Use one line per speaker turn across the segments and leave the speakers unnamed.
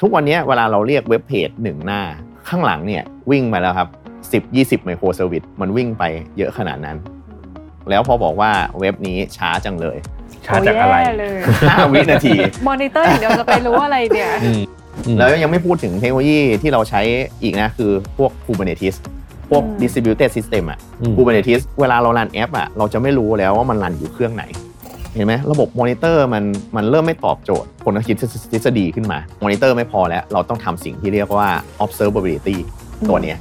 ทุกวันนี้เวลาเราเรียกเว็บเพจหนึ่งหน้า ข้างหลังเนี่ยวิ่งไปแล้วครับ 10 20 ไมโครเซอร์วิสมันวิ่งไปเยอะขนาดนั้น แล้วพอบอกว่าเว็บนี้ช้าจังเลย
ช้าจากอะไร
โแย่เลย
5 วินาที
มอนิเตอร์อย่างเดียวจะไปรู้อะไรเนี่ย
อืม
แล้วยังไม่พูดถึงเทคโนโลยีที่เราใช้อีกนะ คือพวก Kubernetes พวก
อืม
distributed system อะ
อืม
Kubernetes เวลาเรารันแอปอะเราจะไม่รู้แล้วว่ามันรันอยู่เครื่องไหน เห็นไหมระบบมอนิเตอร์มันมันเริ่มไม่ตอบโจทย์ คนก็คิดทฤษฎีขึ้นมามอนิเตอร์ไม่พอแล้ว เราต้องทำสิ่งที่เรียกว่า observability ตัวเนี้ย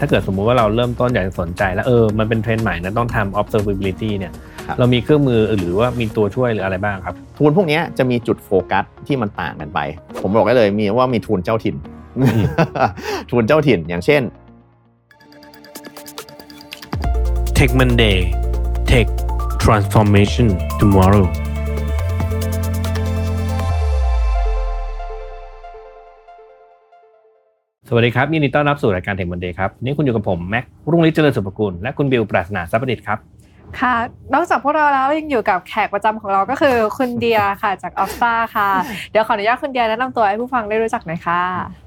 ถ้าเกิดสมมุติว่าเราเริ่มต้นอยากจะสนใจแล้วเออมันเป็นเทรนด์ใหม่นะต้องทำ observability เนี่ย
ครับ
เรามีเครื่องมือหรือว่ามีตัวช่วยหรืออะไรบ้างครับ
ทูลพวกเนี้ยจะมีจุดโฟกัสที่มันต่างกันไป ผมบอกได้เลยมีว่ามีทูลเจ้าถิ่น ทูลเจ้าถิ่นอย่างเช่น
Tech Monday Tech Transformation Tomorrow สวัสดีครับยินดีต้อนรับสู่รายการ Tech Monday ครับวันนี่คุณอยู่กับผมแม็กรุ่งฤทธิ์เจริญสุภกุลและคุณบิวปราศนาสัพดิษฐ์ครับ
ค่ะ นอกจากพวกเราแล้วยังอยู่กับแขกประจำของเราก็คือคุณเดียค่ะจากออฟตาค่ะ เดี๋ยวขออนุญาตคุณเดียแนะนำตัวให้ผู้ฟังได้รู้จักหน่อยค่ะ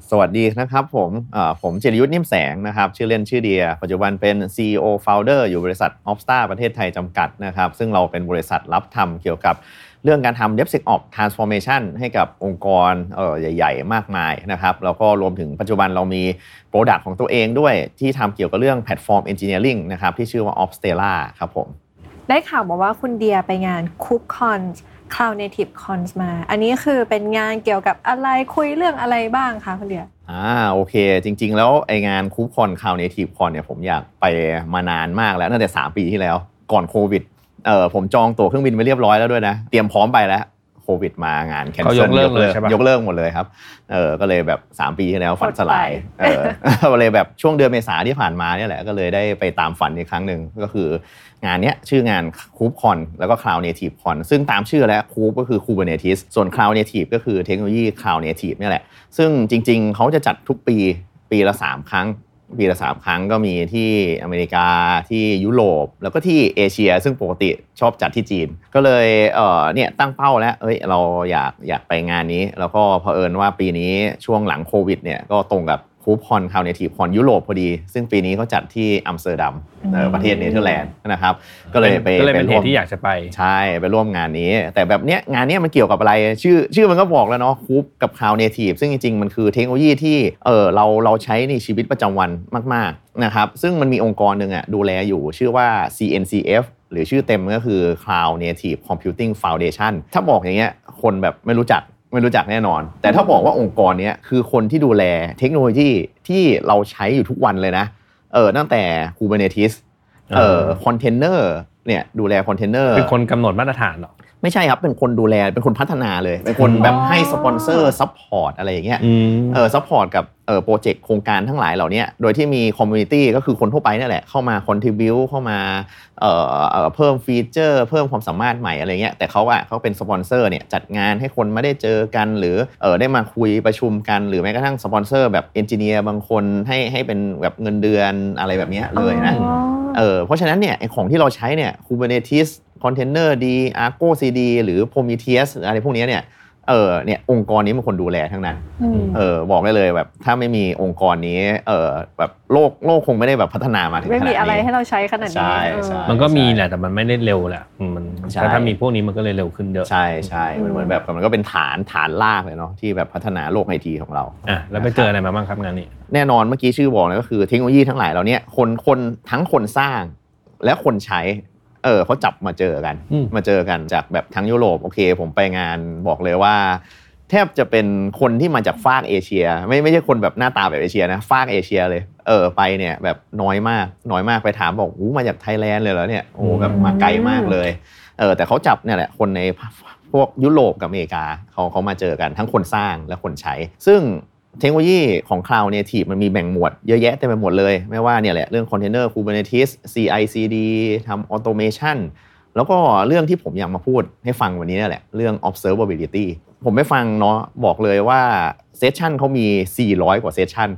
สวัสดีนะครับผมเอ่อผมเจริยุทธ์นิ่มแสงนะครับ ชื่อเล่นชื่อเดีย ปัจจุบันเป็น CEO Founder อยู่บริษัท o p s t a r ประเทศไทยจำกัดนะครับ ซึ่งเราเป็นบริษัทรับทำเกี่ยวกับเรื่องการทำ d e v s e c o p Transformation ให้กับองค์กรเอ่อใหญ่ ๆ มากมายนะครับ แล้วก็รวมถึงปัจจุบันเรามี Product ของตัวเองด้วยที่ทำเกี่ยวกับเรื่องแพลตฟอร์ม Engineering นะครับที่ชื่อว่า o p s t e l a ครับผม
ได้ข่าวมาว่าคุณเดียไปงานคุกคอนคลาวเนทีฟคอนมา อันนี้คือเป็นงานเกี่ยวกับอะไรคุยเรื่องอะไรบ้างคะคุณเดีย
อ่าโอเค จริง ๆ แล้วไองานคูปคอนคาวเนทีฟคอนเนี่ยผมอยากไปมานานมากแล้วตั้งแต่ 3 ปีที่แล้วก่อนโควิดเออผมจองตั๋วเครื่องบินไปเรียบร้อยแล้วด้วยนะ เตรียมพร้อมไปแล้วโควิดมางานแคน
เขา
เซิ
ยกเลิกเลยใช่ปะ
ยกเลิกหมดเลยครับเออก็เลยแบบ 3 ปีที่แล้วฝันสลาย
อดไป
เออ ก็เลยแบบช่วงเดือนเมษาที่ผ่านมาเนี่ยแหละก็เลยได้ไปตามฝันอีกครั้งหนึ่งก็คืองานเนี้ยชื่องานคูปคอนแล้วก็คลาวเนทีฟคอนซึ่งตามชื่อแล้วคูปก็คือ Kubernetes ส่วนคลาวเนทีฟก็คือเทคโนโลยีคลาวเนทีฟเนี่ยแหละ ซึ่งจริงๆ เขาจะจัดทุกปีปีละ 3 ครั้ง ปีละ 3 ครั้งก็มีที่อเมริกาที่ยุโรป แล้วก็ที่เอเชีย ซึ่งปกติชอบจัดที่จีน ก็เลยเอ่อเนี่ยตั้งเป้าแล้วเอ้ยเราอยากอยากไปงานนี้ แล้วก็เผอิญว่าปีนี้ช่วงหลังโควิดเนี่ยก็ตรงกับคูปคอนคาวเนทีฟคอนยุโรปพอดี ซึ่งปีนี้เขาจัดที่อัมสเตอร์ดัมเอ่อประเทศเนเธอร์แลนด์นะครับ ก็เลยไป
ก็เลยเป็น
ไป
เห
ร่วม
ตุที่อยากจะไป
ใช่ไปร่วมงานนี้ แต่แบบเนี้ยงานเนี้ยมันเกี่ยวกับอะไร ชื่อชื่อมันก็บอกแล้วเนาะคูปกับคาวเนทีฟซึ่งจริงๆ มันคือเทคโนโลยีที่เออเราเราใช้ในชีวิตประจำวันมากๆนะครับซึ่งมันมีองค์กรหนึ่งอ่ะดูแลอยู่ชื่อว่า CNCF หรือชื่อเต็มก็คือ Cloud Native Computing Foundation ถ้าบอกอย่างเงี้ยคนแบบไม่รู้จักไม่รู้จักแน่นอน แต่ถ้าบอกว่าองค์กรเนี้ยคือคนที่ดูแลเทคโนโลยีที่เราใช้อยู่ทุกวันเลยนะเออตั้งแต่ Kubernetes เออคอนเทนเนอร์เนี่ยดูแลคอนเทนเนอร์
เป็นคนกำหนดมาตรฐานเหรอ
ไม่ใช่ครับเป็นคนดูแลเป็นคนพัฒนาเลย เป็นคนแบบให้สปอนเซอร์ซัพพอร์ตอะไรอย่างเงี้ยเออซัพพอร์ตกับเออโปรเจกต์โครงการทั้งหลายเหล่าเนี้ยโดยที่มีคอมมูนิตี้ก็คือคนทั่วไปนั่นแหละเข้ามาคอนทิบิวเข้ามาเอ่อเอ่อเพิ่มฟีเจอร์ เพิ่มความสามารถใหม่อะไรเงี้ยแต่เขาอะเขาเป็นสปอนเซอร์เนี่ยจัดงานให้คนมาได้เจอกันหรือเออได้มาคุยประชุมกัน หรือแม้กระทั่งสปอนเซอร์แบบเอนจิเนียร์บางคนให้ให้เป็นแบบเงินเดือนอะไรแบบเนี้ยเลยนะ
อ๋อ
เออเพราะฉะนั้นเนี่ยไอ้ของที่เราใช้เนี่ย Kubernetes Container D Argo CD หรือ Prometheus อะไรพวกเนี้ยเนี่ยเออเนี่ยองค์กรนี้เป็นคนดูแลทั้งนั้น
อืม
เออบอกได้เลยแบบถ้าไม่มีองค์กรนี้เออแบบโลกโลกคงไม่ได้แบบพัฒนามาถึงข
ไม่
นาด
มีอะไรให้
นี้
เราใช้ขนาดนี้
ใช่
เออ
ใช่
มันก็มีแหละแต่มันไม่ได้เร็วแหละอืมมัน
ใช่
ถ้ามีพวกนี้มันก็เลยเร็วขึ้นเยอะ
ใช่ใช่มัน
อืม
เหมือนแบบมันก็เป็นฐานฐานลากเลยเนาะที่แบบพัฒนาโลกไอทีของเรา
อ่ะแล้วไปเจออะไรมาบ้างครับงานนี้
แน่นอนเมื่อกี้ชื่อบอกเลยก็คือเทคโนโลยีทั้งหลายเหล่าเนี้ยคนคนทั้งคนสร้างและคนใช้เออเขาจับมาเจอกัน
อืม
มาเจอกันจากแบบทั้งยุโรปโอเค ผมไปงานบอกเลยว่า แทบจะเป็นคนที่มาจากฟากเอเชีย ไม่ไม่ใช่คนแบบหน้าตาแบบเอเชียนะฟากเอเชียเลยเออไปเนี่ยแบบน้อยมากน้อยมากไปถามบอกอู้มาจากไทยแลนด์เลยเหรอเนี่ยโอ้โหแบบมาไกลมากเลยเออแต่เขาจับเนี่ยแหละคนใน พวกยุโรปกับอเมริกาเขาเขามาเจอกันทั้งคนสร้างและคนใช้ ซึ่งเทคโนโลยีของ Cloud Native มันมีแบ่งหมวดเยอะแยะเต็มไปหมดเลย ไม่ว่าเนี่ยแหละเรื่อง Container Kubernetes CI/CD ทำ Automation แล้วก็เรื่องที่ผมอยากมาพูดให้ฟังวันนี้เนี่ยแหละ เรื่อง observability ผมไปฟังเนาะบอกเลยว่าเซสชันเขามี 400 กว่าเซสชัน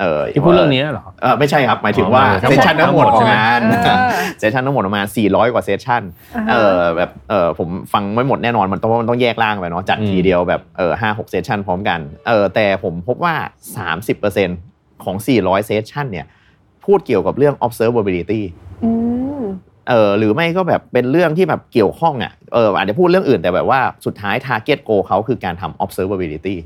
เออ
ที่พูดเรื่องนี้เหรอ
เออไม่ใช่ครับ หมายถึงว่า
อ๋อทั้งหมด
เซสชันทั้งหมด
ทั้งหมด
งาน
เออ
เซสชันทั้งหมดประมาณ400 กว่าเซสชัน เออแบบเออผมฟังไม่หมดแน่นอนมันต้องมันต้องแยกร่างไปเนาะจัด
อืม
ทีเดียวแบบเออห้าหกเซสชันพร้อมกันเออแต่ผมพบว่า 30%ของ 400 เซสชันเนี่ยพูดเกี่ยวกับเรื่อง observability
อืม
เออหรือไม่ก็แบบเป็นเรื่องที่แบบเกี่ยวข้องอ่ะเอออาจจะพูดเรื่องอื่นแต่แบบว่าสุดท้าย target goal เขาคือการทำ observability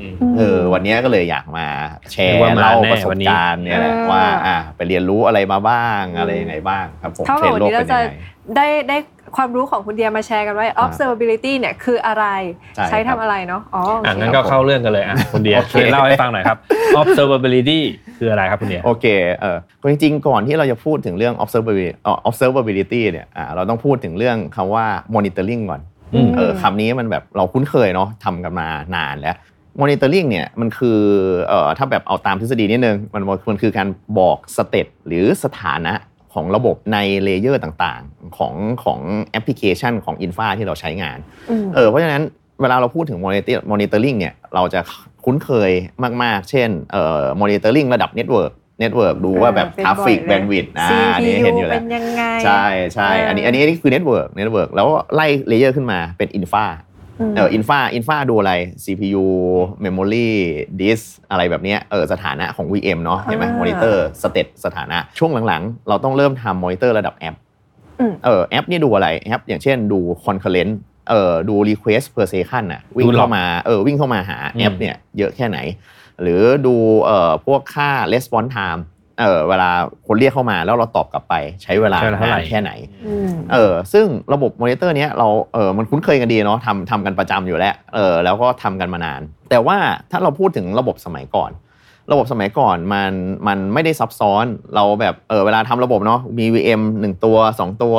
อืม
เออวันเนี้ยก็เลยอยากมาแช
นึ
ร์
กว่ามา
เล่า
แน่
ประสบ
วันนี้
การณ์เนี่ยแหละ
เออ
ว่าอ่ะไปเรียนรู้อะไรมาบ้างอะไรยังไงบ้างครับผม
เท่า
เท
กั
รน
บวัน
โลก
นี้
เป็นยั
เราจะ
งไง
ได้ได้ความรู้ของคุณเดียมาแชร์กันว่า observability เนี่ยคืออะไร
ใช่
ใช้
ครั
ทำ
บ
อะไรเนาะอ๋อโอ
อ่ะ
เค
งั้นก็เข้าเรื่องกันเลยอ่ะคุณเดีย
โอเค
ช่วยเล่าให้ฟังหน่อยครับ observability คืออะไรครับคุณเดีย
โอเค เออจริงๆ ก่อนที่เราจะพูดถึงเรื่อง observability เอ่อ observability เนี่ยอ่าเราต้องพูดถึงเรื่องคำว่า monitoring ก่อน
อืม
เออคำนี้มันแบบเราคุ้นเคยเนาะทำกันมานานแล้ว monitoring เนี่ยมันคือเอ่อถ้าแบบเอาตามทฤษฎีนิดนึง มันมันคือการบอกสเตตหรือสถานะของระบบในเลเยอร์ต่างๆ ของของแอปพลิเคชันของอินฟาที่เราใช้งาน เออเพราะฉะนั้นเวลาเราพูดถึง monitor- monitoring เนี่ยเราจะคุ้นเคยมาก ๆ เช่นเอ่อ monitoring ระดับ network network ดูว่าแบบ
เป็นบ่อย
traffic
เลย
bandwidth อ่าอันนี้
CPU
เห็นอยู่แล้
เป็
วน
ยังไง
ใช่ใช่
เอออั
อันนี้อันนี้อันนี้คือ network network แล้วไล่เลเยอร์ขึ้นมาเป็น infra
ม
เออ infra infra ดูอะไร CPU memory disk อะไรแบบเนี้ยเออสถานะของ VM เนาะเห็นไหม
อ่า
monitor state สถานะ ช่วงหลัง ๆ เราต้องเริ่มทำ monitor ระดับแอป
อืม
เออแอปนี่ดูอะไรแอปอย่างเช่นดู concurrent เออดู request per second น่ะวิ่ง
ดูหรอ
เข้ามาเออวิ่งเข้ามาหาแอป
อืม
เนี่ยเยอะแค่ไหน หรือดูเอ่อพวกค่า response time เออเวลาคนเรียกเข้ามาแล้วเราตอบกลับไปใช้เวลา
ใช้เวลาเท่าไหร่
นานแค่ไหน
อืม
เออซึ่งระบบมอนิเตอร์เนี้ยเราเออมันคุ้นเคยกันดีเนาะทำทำกันประจำอยู่แล้วเออแล้วก็ทำกันมานาน แต่ว่าถ้าเราพูดถึงระบบสมัยก่อน ระบบสมัยก่อนมันมันไม่ได้ซับซ้อนเราแบบเออเวลาทำระบบเนาะมี VM 1 ตัว 2 ตัว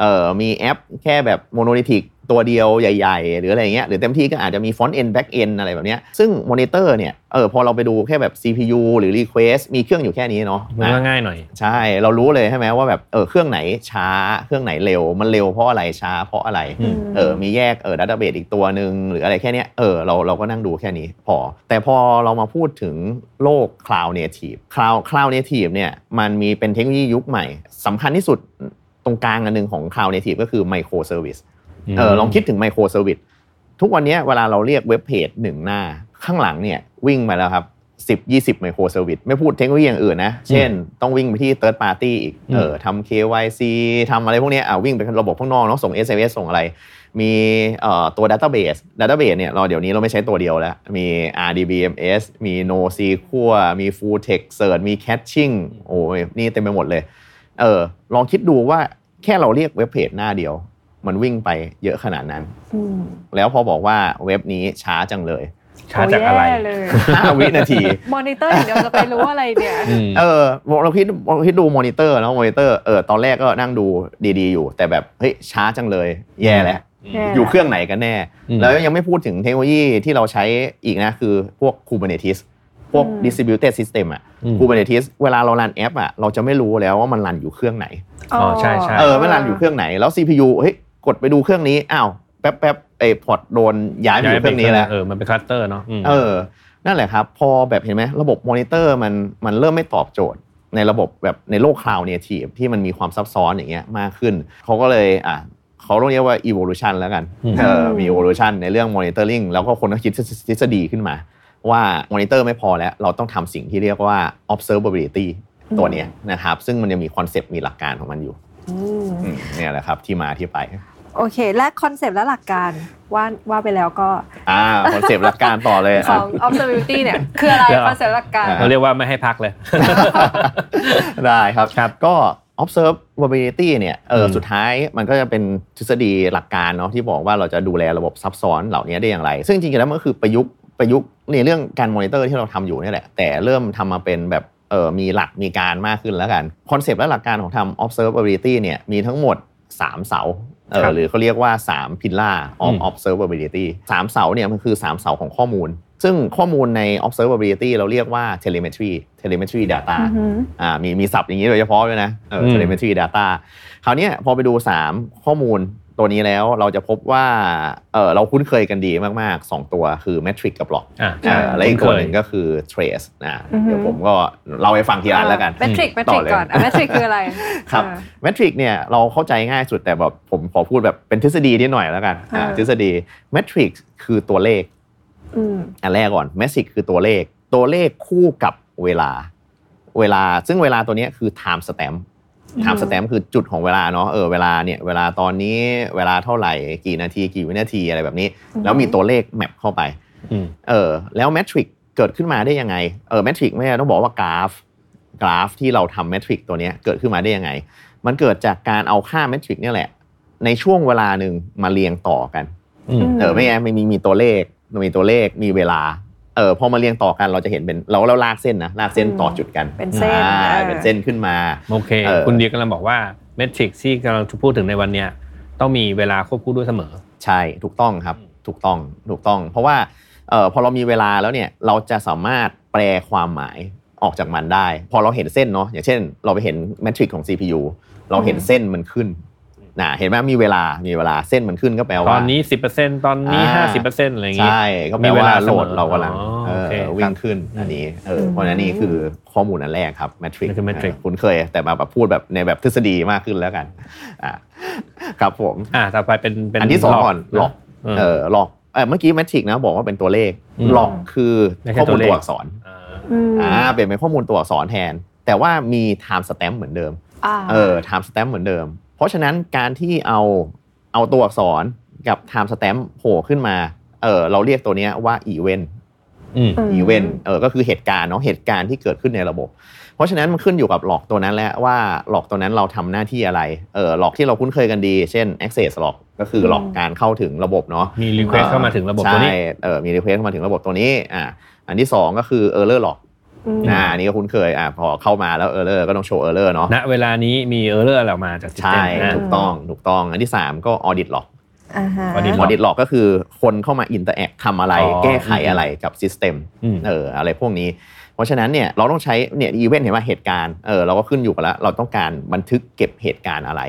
เออมีแอปแค่แบบโมโนลิทิกตัวเดียวใหญ่ ๆ หรืออะไรอย่างเงี้ยหรือเต็มที่ก็อาจจะมีฟอนต์เอนแบ็กเอนอะไรแบบเนี้ยซึ่งมอนิเตอร์เนี่ยเออพอเราไปดูแค่แบบ CPU หรือ Request มีเครื่องอยู่แค่นี้เนาะ
มันก็ง่ายหน่อย
ใช่ เรารู้เลยใช่ไหมว่าแบบเออเครื่องไหนช้า เครื่องไหนเร็ว มันเร็วเพราะอะไรช้าเพราะอะไร
อืม
เออมีแยกเออดัตเตอร์เบสอีกตัวหนึ่งหรืออะไรแค่เนี้ยเออเราเราก็นั่งดูแค่นี้พอ แต่พอเรามาพูดถึงโลก Cloud Native Cloud Cloud Native เนี่ยมันมีเป็นเทคโนโลยียุคใหม่สำคัญที่สุดตรงกลางอันหนึ่งของ Cloud Native ก็คือ Micro Service เออลองคิดถึงไมโครเซอร์วิสทุกวันเนี้ยเวลาเราเรียกเว็บเพจหนึ่งหน้า ข้างหลังเนี่ยวิ่งมาแล้วครับสิบยี่สิบไมโครเซอร์วิสไม่พูดเทคโนโลยีอย่างอื่นนะ เช่น ต้องวิ่งไปที่ Third Party อีก
อืม
เออทำ KYC ทำอะไรพวกเนี้ยอ่ะวิ่งไประบบข้างนอกเนาะส่ง SMS ส่งอะไร มีเอ่อตัว Database Database เนี่ยเราเดี๋ยวนี้เราไม่ใช้ตัวเดียวแล้ว มี RDBMS มี NoSQL มี Full Text Search มี Caching โอ้ยนี่เต็มไปหมดเลย เออลองคิดดูว่าแค่เราเรียกเว็บเพจหน้าเดียว มันวิ่งไปเยอะขนาดนั้น
อืม
แล้วพอบอกว่าเว็บนี้ช้าจังเลย
ช้าจากอะไร
โแย่เลย
5 วินาที
มอนิเตอร์อย่างเดียวจะไปรู้อะไรเนี่ย
อืม
เออเราคิดเราคิดดูมอนิเตอร์แล้วมอนิเตอร์เออตอนแรกก็นั่งดูดีๆอยู่ แต่แบบเฮ้ยช้าจังเลย แย่แล้ว
แย่
อยู่เครื่องไหนกันแน่
อืม
แล้วยังไม่พูดถึงเทคโนโลยีที่เราใช้อีกนะ คือพวก Kubernetes พวก
อืม
distributed system อ่ะ
อืม
Kubernetes เวลาเรารันแอปอ่ะเราจะไม่รู้แล้วว่ามันรันอยู่เครื่องไหน
อ๋อใช่ใช่
เออไม่รันอยู่เครื่องไหนแล้ว CPU เฮ้ยกดไปดูเครื่องนี้อ้าวแป๊บแป๊บไอพอร์ตโดนย้ายไปอยู่เครื่องนี้แล้ว
เออมันเป็นคลัสเตอร์เนาะม
เออ นั่นแหละครับ พอแบบเห็นไหมระบบมอนิเตอร์มันมันเริ่มไม่ตอบโจทย์ ในระบบแบบในโลกคลาวด์เนทีฟที่มันมีความซับซ้อนอย่างเงี้ยมากขึ้น เขาก็เลยอ่ะเขาเรียกว่า evolution แล้วกัน
อืม
เออมี evolution ในเรื่อง monitoring แล้วก็คนก็คิดทฤษฎีขึ้นมา ว่า monitor ไม่พอแล้ว เราต้องทำสิ่งที่เรียกว่า observability ตัวเนี้ยนะครับ ซึ่งมันยังมีคอนเซปต์มีหลักการของมันอยู่
อืม
อืมเนี่ยแหละครับที่มาที่ไป
โอเค และคอนเซปต์และหลักการว่าว่าไปแล้วก็
อ่าคอนเซปต์หลักการต่อเลย
ข
อ่ะ
อง observability เนี่ย คืออะไร
เดี๋ยว
คอนเซปต์หลักการ
อ่ะ
เราเรียกว่าไม่ให้พักเลย
ได้ครับ
ครับ
ก็ observability เนี่ยเอออ
ม
สุดท้ายมันก็จะเป็นทฤษฎีหลักการเนาะที่บอกว่าเราจะดูแลระบบซับซ้อนเหล่านี้ได้อย่างไร ซึ่งจริงๆแล้วมันก็คือประยุกต์ประยุกต์ในเรื่องการมอนิเตอร์ที่เราทำอยู่เนี่ยแหละ แต่เริ่มทำมาเป็นแบบเออมีหลักมีการมากขึ้นแล้วกัน คอนเซปต์และหลักการของทำ observability เนี่ยมีทั้งหมด 3 เสาเอ
ครั
อบ หรือเขาเรียกว่า 3 pillar of
อืม
observability 3 เสาเนี่ยมันคือ 3 เสาของข้อมูล ซึ่งข้อมูลใน observability เราเรียกว่า telemetry telemetry data
อือหือ
อ่ามีมีศัพท์อย่างนี้โดยเฉพาะด้วยนะเออ
อืม
telemetry data คราวเนี้ยพอไปดู 3 ข้อมูล ตัวนี้แล้วเราจะพบว่าเออเราคุ้นเคยกันดีมากๆ 2 ตัวคือ Metric กับ Block
อ่า
อ่า
อ่าและอีกตัวหนึ่งก็คือ Trace นะเดี๋ยวผมก็เราไปฟังทีละอันแล้วกัน
เมทริกเมทริ
ต่
ก
อเลย
ก่อนเมทริกคืออะไร
ครับ
อ่า
แมทริกเนี่ยเราเข้าใจง่ายสุดแต่แบบผมขอพูดแบบเป็นทฤษฎีนิดหน่อยแล้วกันอ่า
อ่า
ทฤษฎีแมทริกคือตัวเลข
อืม
อันแรกก่อนแมสิกคือตัวเลข ตัวเลขคู่กับเวลา เวลาซึ่งเวลาตัวเนี้ยคือ time stamp
อืม
time stamp คือจุดของเวลาเนาะเออเวลาเนี่ยเวลาตอนนี้เวลาเท่าไหร่กี่นาทีกี่วินาทีอะไรแบบนี้ แล้วมีตัวเลขแมปเข้าไป
อืม
เออแล้วแมทริกเกิดขึ้นมาได้ยังไงเออแมทริกไม่ต้องบอกว่ากราฟ กราฟที่เราทำแมทริกตัวเนี้ยเกิดขึ้นมาได้ยังไง มันเกิดจากการเอาค่าแมทริกเนี่ยแหละ ในช่วงเวลาหนึ่งมาเรียงต่อกัน
อืม
เออไม่ไงไม่มีมีตัวเลขมันมีตัวเลขมีเวลาเออพอมาเรียงต่อกันเราจะเห็นเป็นเราเราลากเส้นนะลากเส้น
อืม
ต่อจุดกัน
เป็นเส้น
อ่า
ออ
เป็นเส้นขึ้นมา
โอเค
เออ
คุณเดียกำลังบอกว่าเมทริกที่กำลังจะพูดถึงในวันเนี้ยต้องมีเวลาควบคู่ด้วยเสมอ
ใช่ถูกต้องครับ
อืม
ถูกต้องถูกต้อง เพราะว่าเออพอเรามีเวลาแล้วเนี่ยเราจะสามารถแปลความหมายออกจากมันได้ พอเราเห็นเส้นเนาะอย่างเช่น เราไปเห็นแมทริกซ์ของ CPU เราเห็น
อืม
เส้นมันขึ้นนะเห็นไหมมีเวลามีเวลาเส้นมันขึ้นก็แปล
ต
ว่า
อนนี้ 10%ตอนนี้
อ่า
50%อะไรอย่างงี้
ใช่ก็แปล
มีเว
ว่า
ลา
โหลดเรากำลัง
เสมอ
เอ
อ๋อโอ
อ
เค
วิ่งขึ้นอันนี้เออ
อืม
เพราะฉะนั้นนี่คือข้อมูลอันแรกครับแมทริก
นั่นคือ metric
คุ้นเคยแต่มาแบบพูดแบบในแบบทฤษฎีมากขึ้นแล้วกันอ่ะครับผม
อ่าต่อไปเป็นเป็น
อันที่สองก่อนหลอก
เออ
เออหลอกเออเมื่อกี้แมทริกนะบอกว่าเป็นตัวเลข
อืม
หลอกคือ
ไม่ใช่
ข้อ
ตั
มู
ว
ล
เลข
ตัวอักษร
เออ
อืม
อ่าเปลี่ยนเป็นข้อมูลตัวอักษรแทน แต่ว่ามีไทม์สแตมป์เหมือนเดิม
อ่า
เออ time stamp เหมือนเดิม เพราะฉะนั้นการที่เอาเอาตัวอักษรกับ time stamp โผล่ขึ้นมา เออเราเรียกตัวเนี้ยว่า event
อืม
event เออก็คือเหตุการณ์เนาะเหตุการณ์ที่เกิดขึ้นในระบบ เพราะฉะนั้นมันขึ้นอยู่กับหลอกตัวนั้นแหละว่าหลอกตัวนั้นเราทำหน้าที่อะไร เออหลอกที่เราคุ้นเคยกันดี เช่น access หลอกก็คือหลอก
อืม
การเข้าถึงระบบเนาะ
มีรีเควสเข้ามาถึงระบบตัวนี้
ใช่เออมี request เข้ามาถึงระบบตัวนี้อ่าอันที่สองก็คือ error หลอก
อืม
อ่าอันนี้ก็คุ้นเคยอ่าพอเข้ามาแล้ว error ก็ต้องโชว์ error เนาะ
ณเวลานี้มีเออร์เรอร์ออกมาจาก system
ใช่
นะ
ถูกต้องถูกต้องอันที่ 3 ก็ออดิตหลอก
อ่าฮะ
วันนี้
ออดิตหลอกก็คือคนเข้ามาอินเตอร์แอคทำอะไร
อ๋อ
แก้ไขอะไรกับซิสเต็ม
อืม
เอออะไรพวกนี้ เพราะฉะนั้นเนี่ยเราต้องใช้เนี่ยอีเวนต์เห็นว่าเหตุการณ์เออเราก็ขึ้นอยู่กับแล้วเราต้องการบันทึกเก็บเหตุการณ์อะไร